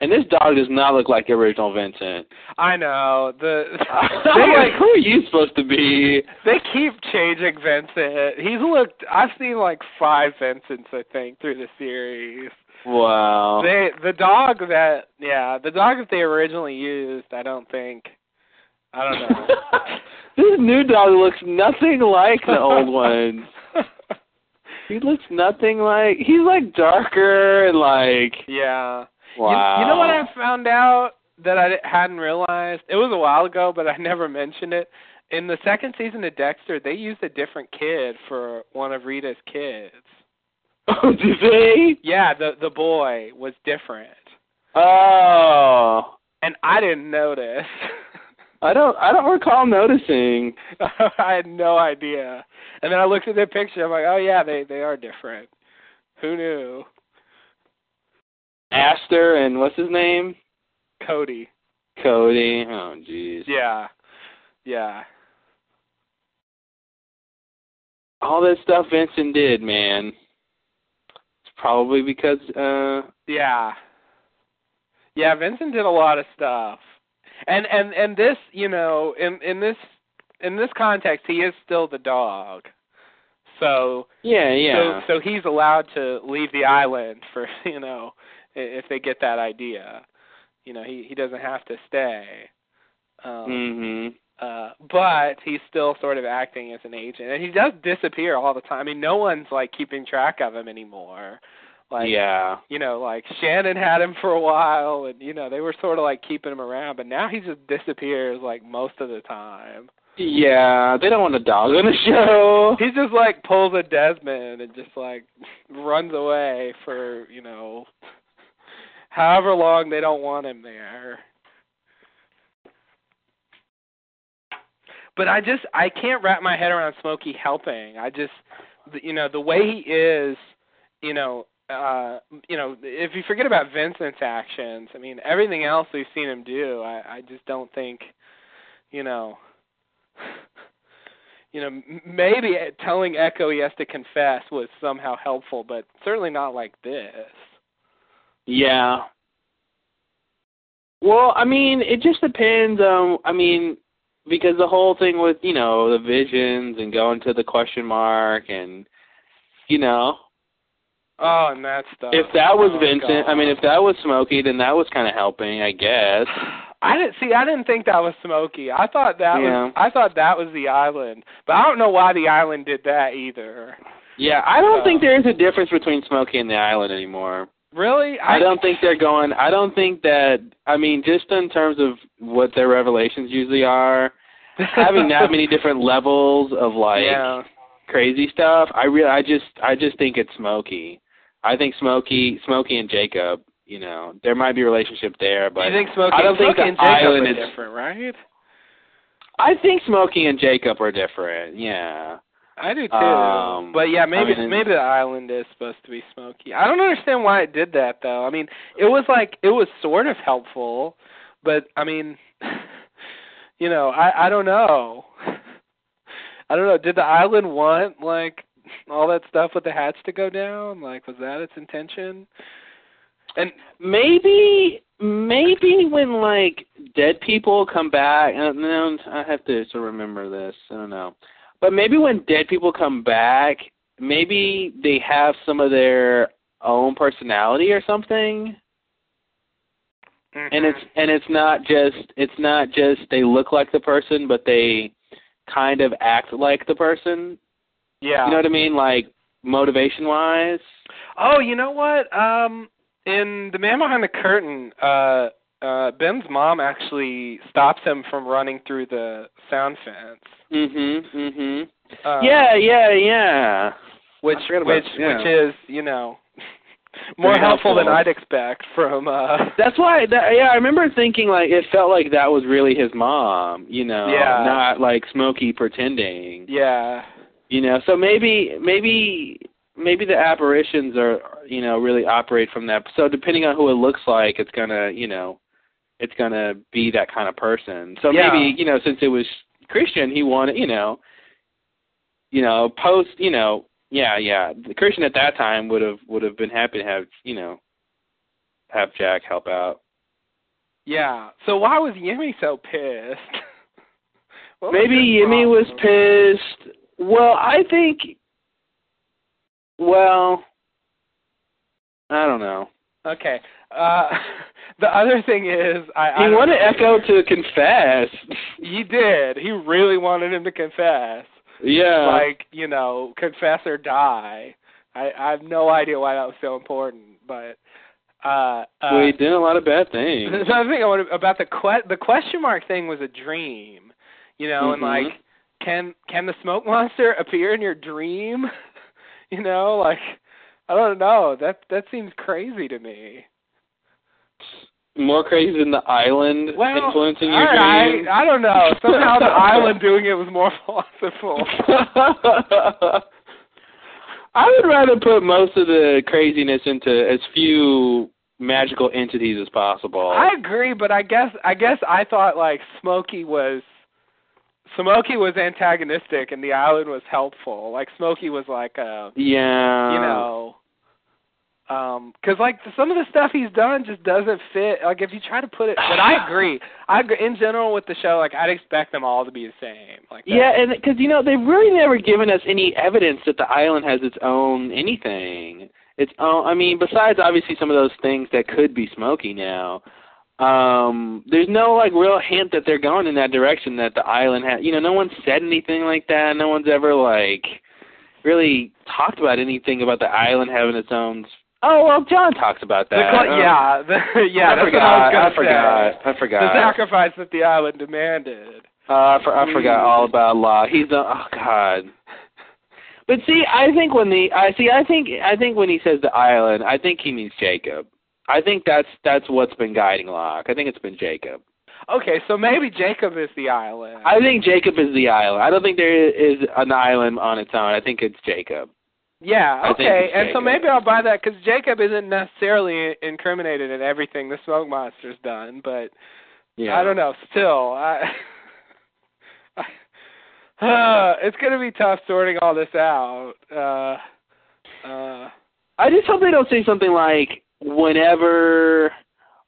C: And this dog does not look like the original Vincent.
D: I know the
C: I'm like, who are you supposed to be?
D: they keep changing Vincent. He's looked. I've seen like five Vincents, I think, through the series.
C: Wow.
D: They the dog that yeah the dog that they originally used I don't think I don't know.
C: this new dog looks nothing like the old one. He looks nothing like. He's like darker and like.
D: yeah.
C: Wow.
D: You, you know what I found out that I hadn't realized? It was a while ago, but I never mentioned it. In the second season of Dexter, they used a different kid for one of Rita's kids.
C: Oh, do they?
D: Yeah, the the boy was different,
C: Oh,
D: and I didn't notice.
C: I don't. I don't recall noticing.
D: I had no idea. And then I looked at their picture. I'm like, oh yeah, they they are different. Who knew?
C: Aster and what's his name?
D: Cody.
C: Cody. Oh, jeez.
D: Yeah. Yeah.
C: All that stuff Vincent did, man. It's probably because uh
D: Yeah. Yeah, Vincent did a lot of stuff. And and and this, you know, in in this in this context, he is still the dog. So
C: yeah, yeah.
D: so so he's allowed to leave the island for, you know, i- if they get that idea. You know, he he doesn't have to stay. Um
C: mhm.
D: uh but he's still sort of acting as an agent and he does disappear all the time. I mean, no one's like keeping track of him anymore. Like
C: yeah.
D: you know, like Shannon had him for a while, and you know they were sort of like keeping him around, but now he just disappears like most of the time.
C: Yeah, they don't want a dog on the show.
D: He just like pulls a Desmond and just like runs away for you know however long they don't want him there. But I just I can't wrap my head around Smokey helping. I just the- you know the way he is, you know, uh, you know, if you forget about Vincent's actions, I mean, everything else we've seen him do, I, I just don't think, you know, you know, m- maybe telling Echo he has to confess was somehow helpful, but certainly not like this.
C: Yeah. Well, I mean, it just depends. Um, I mean, because the whole thing with you know the visions and going to the question mark and you know
D: Oh, and that stuff.
C: if that was
D: Oh,
C: Vincent, I
D: God.
C: mean if that was Smokey, then that was kind of helping, I guess.
D: I didn't see. I didn't think that was Smokey. I thought that
C: Yeah.
D: was. I thought that was the island, but I don't know why the island did that either.
C: Yeah, I don't
D: Uh,
C: think there is a difference between Smokey and the island anymore.
D: Really,
C: I don't think they're going. I don't think that. I mean, just in terms of what their revelations usually are, having that many different levels of like
D: yeah.
C: crazy stuff. I really, I just, I just think it's Smokey. I think Smokey, Smokey and Jacob. You know, there might be a relationship there, but
D: you think Smokey,
C: I don't think
D: Smokey
C: the
D: and Jacob
C: island
D: are
C: is-
D: different, right?
C: I think Smokey and Jacob are different. Yeah.
D: I do too.
C: Um,
D: but yeah, maybe
C: I mean-
D: maybe the island is supposed to be smoky. I don't understand why it did that though. I mean, it was like it was sort of helpful, but I mean, you know, I I don't know. I don't know. Did the island want like all that stuff with the hatch to go down? Like, was that its intention? And
C: maybe maybe when like dead people come back and then I have to, to remember this. I don't know. But maybe when dead people come back, maybe they have some of their own personality or something. And it's and it's not just it's not just they look like the person, but they kind of act like the person.
D: yeah.
C: You know what I mean? Like motivation wise.
D: Oh, you know what? Um, in The Man Behind the Curtain, uh, uh, Ben's mom actually stops him from running through the sound fence.
C: Mhm. Mhm.
D: Uh,
C: yeah, yeah, yeah.
D: which
C: I forgot about-
D: which
C: yeah.
D: which is you know more
C: Very
D: helpful than
C: helpful.
D: I'd expect from. Uh,
C: That's why. That, yeah, I remember thinking like it felt like that was really his mom. You know,
D: Yeah.
C: not like Smokey pretending.
D: yeah.
C: You know, so maybe maybe maybe the apparitions are you know really operate from that. So depending on who it looks like, it's gonna you know it's gonna be that kind of person. So
D: Yeah.
C: maybe you know since it was Christian, he wanted you know you know post you know yeah yeah the Christian at that time would have would have been happy to have you know have Jack help out.
D: Yeah. So why was Yimmy so pissed? What was
C: Maybe
D: his
C: Yimmy was
D: Oh, problem?
C: pissed. Well, I think. Well, I don't know.
D: Okay. Uh, the other thing is, I, I
C: He
D: don't
C: wanted
D: know.
C: Echo to confess.
D: He did. He really wanted him to confess.
C: yeah.
D: like you know, confess or die. I, I have no idea why that was so important, but uh, uh
C: well, he did a lot of bad things.
D: the other thing I want to, about the que- the question mark thing was a dream, you know,
C: Mhm.
D: and like can can the smoke monster appear in your dream? you know, like I don't know. That that seems crazy to me.
C: More crazy than the island
D: Well,
C: influencing
D: all
C: your
D: right,
C: dreams.
D: I don't know. Somehow the island doing it was more philosophical.
C: I would rather put most of the craziness into as few magical entities as possible.
D: I agree, but I guess I guess I thought like Smokey was Smokey was antagonistic and the island was helpful. Like Smokey was like a
C: yeah.
D: you know um cuz like some of the stuff he's done just doesn't fit like if you try to put it but I agree. I agree in general with the show like I'd expect them all to be the same. Like that.
C: Yeah, and because you know they've really never given us any evidence that the island has its own anything. Its own. I mean, besides obviously some of those things that could be smoky now. Um, there's no like real hint that they're going in that direction that the island has. You know, no one said anything like that. No one's ever like really talked about anything about the island having its own. s- Oh well, John talks about
D: The
C: that.
D: cla-
C: Oh,
D: yeah, the, yeah,
C: I
D: that's
C: forgot.
D: what I was gonna
C: forgot.
D: say.
C: I forgot.
D: The sacrifice that the island demanded.
C: Uh, I for, I
D: Mm.
C: forgot all about Law. He's the oh god. But see, I think when the I see, I think I think when he says the island, I think he means Jacob. I think that's that's what's been guiding Locke. I think it's been Jacob.
D: Okay, so maybe Jacob is the island.
C: I think Jacob is the island. I don't think there is an island on its own. I think it's Jacob.
D: Yeah,
C: I think
D: okay.
C: it's
D: And so
C: Jacob.
D: maybe I'll buy that because Jacob isn't necessarily incriminated in everything the smoke monster's done, but
C: Yeah.
D: I don't know. Still, I, uh, it's going to be tough sorting all this out. Uh, uh,
C: I just hope they don't say something like whenever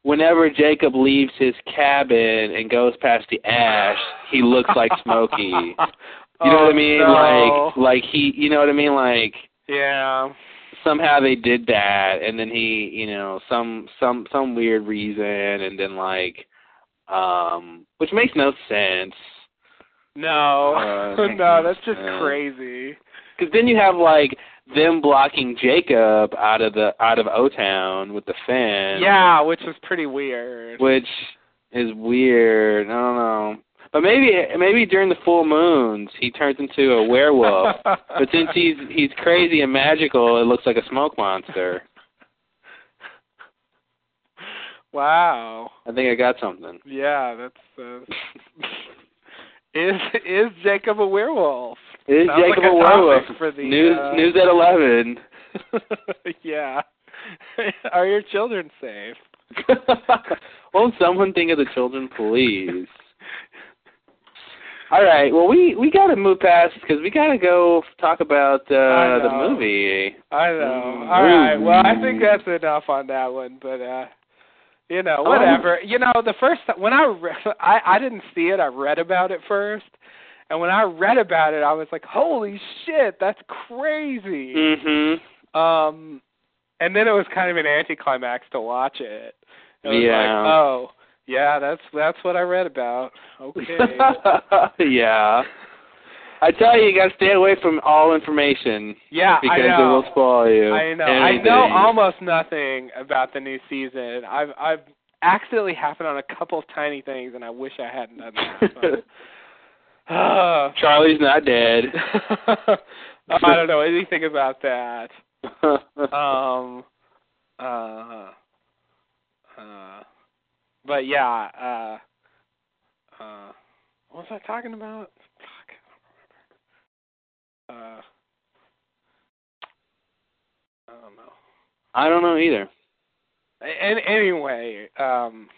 C: whenever Jacob leaves his cabin and goes past the ash, he looks like Smokey. You know
D: Oh,
C: what I mean?
D: no.
C: Like like he you know what I mean? Like
D: yeah.
C: somehow they did that and then he, you know, some some some weird reason and then like um which makes no sense.
D: No,
C: Uh,
D: no, that's just
C: uh,
D: crazy.
C: Cuz then you have like them blocking Jacob out of the out of O Town with the fence.
D: Yeah, which is pretty weird.
C: Which is weird. I don't know. But maybe maybe during the full moons he turns into a werewolf. but since he's he's crazy and magical, it looks like a smoke monster.
D: wow.
C: I think I got something.
D: Yeah, that's. Uh, is is Jacob a werewolf?
C: Is
D: Sounds
C: Jacob
D: like
C: a
D: a topic
C: werewolf?
D: for the,
C: news
D: uh,
C: news at eleven.
D: yeah. Are your children safe?
C: Won't someone think of the children, please? All right. Well, we we gotta move past because we gotta go talk about
D: I
C: uh the
D: know.
C: movie.
D: I know. All right. Well, I think that's enough on that one, but uh you know, whatever. You know, the first ti- when I re- I I didn't see it. I read about it first. And when I read about it, I was like, "Holy shit, that's crazy."
C: Mhm.
D: Um, and then it was kind of an anticlimax to watch it. It was
C: Yeah.
D: like, oh, yeah, that's that's what I read about. Okay.
C: yeah. I tell you, you gotta stay away from all information
D: yeah,
C: because
D: I
C: it will
D: know.
C: spoil you.
D: I know. I
C: Everything.
D: know almost nothing about the new season. I've I've accidentally happened on a couple of tiny things, and I wish I hadn't done that. but, uh,
C: Charlie's not dead.
D: I don't know anything about that. um uh uh but yeah uh uh what was i talking about fuck i don't remember uh i don't know
C: I don't know either.
D: A- and anyway um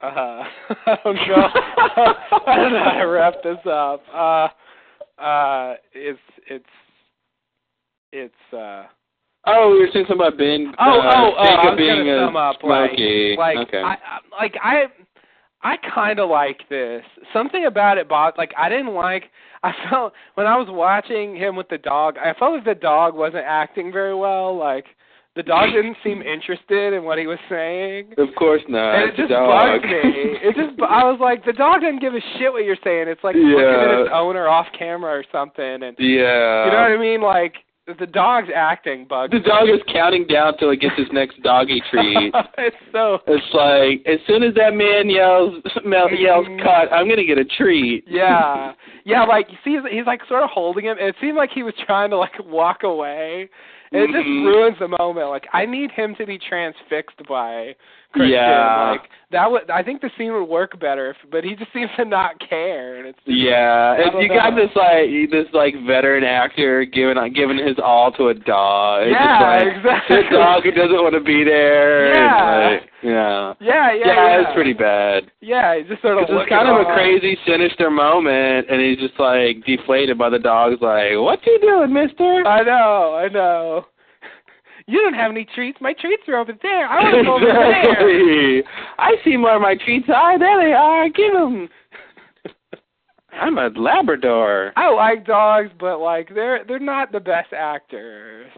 D: uh i don't know i don't know how to wrap this up uh uh it's it's it's uh
C: Oh, we were saying something about Ben.
D: Oh,
C: uh,
D: oh, oh!
C: Jacob
D: I was
C: being
D: gonna
C: a
D: sum up
C: smoky.
D: like, like
C: okay.
D: I, I- like I, I kind of like this. Something about it, Bob. Like I didn't like. I felt when I was watching him with the dog, I felt like the dog wasn't acting very well. Like The dog didn't seem interested in what he was saying.
C: Of course not.
D: And it
C: it's
D: just
C: a Uh, dog.
D: bugged me. It just, bu- I was like, the dog doesn't give a shit what you're saying. It's like looking at
C: Yeah.
D: its owner off camera or something, and
C: yeah.
D: you know what I mean. Like the dog's acting bugs.
C: uh, The dog is counting down till it gets his next doggy treat.
D: it's so.
C: It's like as soon as that man yells mel- yells cut, I'm gonna get a treat.
D: Mm-hmm. Yeah, yeah. Like you see, he's, he's like sort of holding him. and It seemed like he was trying to like walk away. And it just
C: Mhm.
D: ruins the moment. Like I need him to be transfixed by Christian.
C: Yeah.
D: Like that would. I think the scene would work better. If, but he just seems to not care, and it's
C: Yeah,
D: I
C: if
D: don't
C: you got
D: know.
C: this like this like veteran actor giving giving his all to a dog. It's
D: yeah,
C: just like,
D: exactly.
C: This dog who doesn't want to be there.
D: Yeah.
C: And like, yeah.
D: Yeah, yeah,
C: it's pretty bad.
D: Yeah, he's just sort of.
C: It's just
D: looking
C: kind of a
D: on.
C: crazy, sinister moment, and he's just like deflated by the dog's like, "What you doing, Mister?"
D: I know, I know. You don't have any treats. My treats are over there. I want to go over there.
C: Exactly. I see where my treats are. There they are. Give them. I'm a Labrador.
D: I like dogs, but like they're they're not the best actors.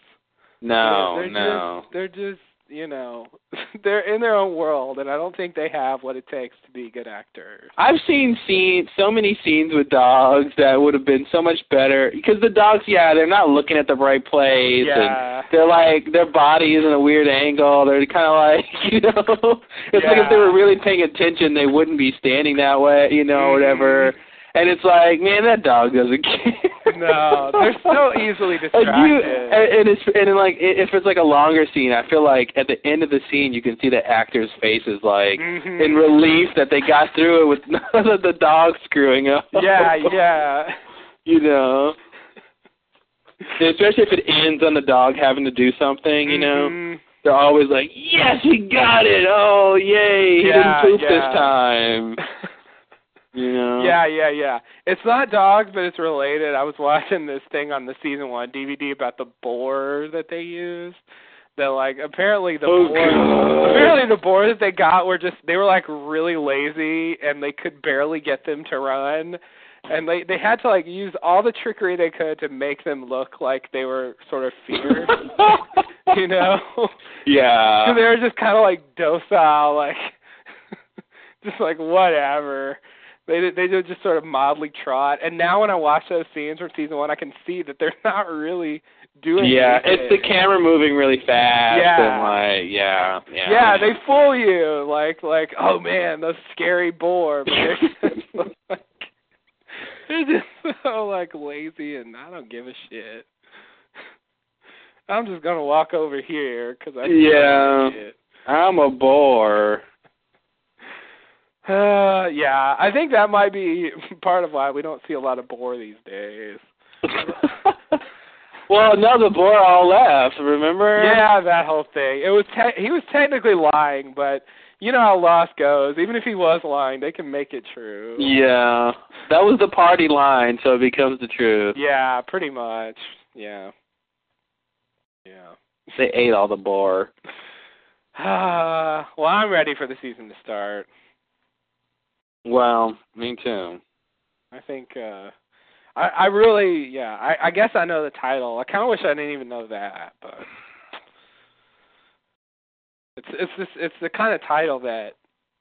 C: No,
D: they're, they're
C: no.
D: Just, they're just you know they're in their own world, and I don't think they have what it takes to be good actors.
C: I've seen scenes, so many scenes with dogs that would have been so much better because the dogs, yeah, they're not looking at the right place. And
D: yeah.
C: they're like their body is in a weird angle. They're kind of like you know, it's like if they were
D: Yeah.
C: really paying attention, they wouldn't be standing that way, you know, whatever.
D: Mm-hmm.
C: And it's like, man, that dog doesn't care.
D: No, they're so easily
C: And you,
D: distracted.
C: and, and it's and like i- if it's like a longer scene, I feel like at the end of the scene you can see the actors' faces like
D: Mhm.
C: in relief that they got through it with none of the dog screwing up.
D: yeah, yeah.
C: You know, especially if it ends on the dog having to do something. You know,
D: Mhm.
C: they're always like, "Yes, we got it! Oh, yay! He
D: Yeah,
C: didn't poop
D: yeah.
C: this time." Uh-huh. You know.
D: Yeah, yeah, yeah. It's not dogs, but it's related. I was watching this thing on the season one DVD about the boar that they used. That like apparently the
C: Oh,
D: boar
C: God.
D: apparently the boar that they got were just they were like really lazy and they could barely get them to run. And they they had to like use all the trickery they could to make them look like they were sort of fierce, you know.
C: yeah.
D: So they were just kind of like docile, like just like whatever. They did, they did just sort of mildly trot. And now when I watch those scenes from season one, I can see that they're not really doing.
C: Yeah,
D: anything.
C: it's the camera moving really fast
D: Yeah.
C: and like yeah, yeah.
D: Yeah, they fool you like like oh man, those scary boar. But they're just like they're just so like lazy and I don't give a shit. I'm just gonna walk over here because I feel
C: Yeah.
D: like shit.
C: I'm a bore.
D: Uh, yeah, I think that might be part of why we don't see a lot of boar these days.
C: well, no, the bore all left. Remember?
D: Yeah, that whole thing. It was te- he was technically lying, but you know how Lost goes. Even if he was lying, they can make it true.
C: Yeah. That was the party line, so it becomes the truth.
D: Yeah, pretty much. Yeah. Yeah.
C: They ate all the bore.
D: Uh, well, I'm ready for the season to start.
C: Well, me too.
D: I think uh I I really yeah, I I guess I know the title. I kind of wish I didn't even know that, but it's it's this it's the kind of title that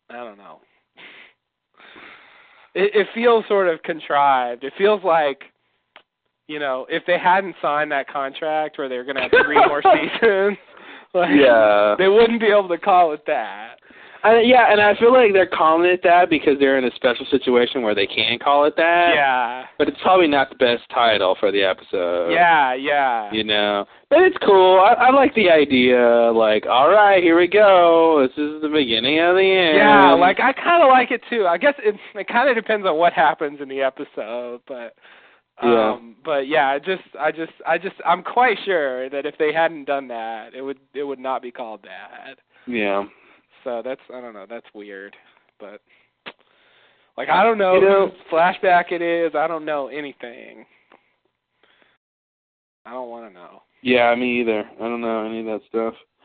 D: I don't know. It it feels sort of contrived. It feels like you know, if they hadn't signed that contract where they were going to have three more seasons, like
C: Yeah.
D: they wouldn't be able to call it that.
C: I, yeah, and I feel like they're calling it that because they're in a special situation where they can call it that.
D: Yeah.
C: But it's probably not the best title for the episode.
D: Yeah, yeah.
C: you know. But it's cool. I, I like the idea. Like, all right, here we go. This is the beginning of the end.
D: Yeah, like I kind of like it too. I guess it it kind of depends on what happens in the episode, but
C: Yeah.
D: um but yeah, I just I just I just I'm quite sure that if they hadn't done that, it would it would not be called that.
C: yeah,
D: So that's I don't know, that's weird, but like I don't know,
C: You know-
D: whose flashback it is. I don't know anything. I don't want to know.
C: yeah. Me either. I don't know any of that stuff.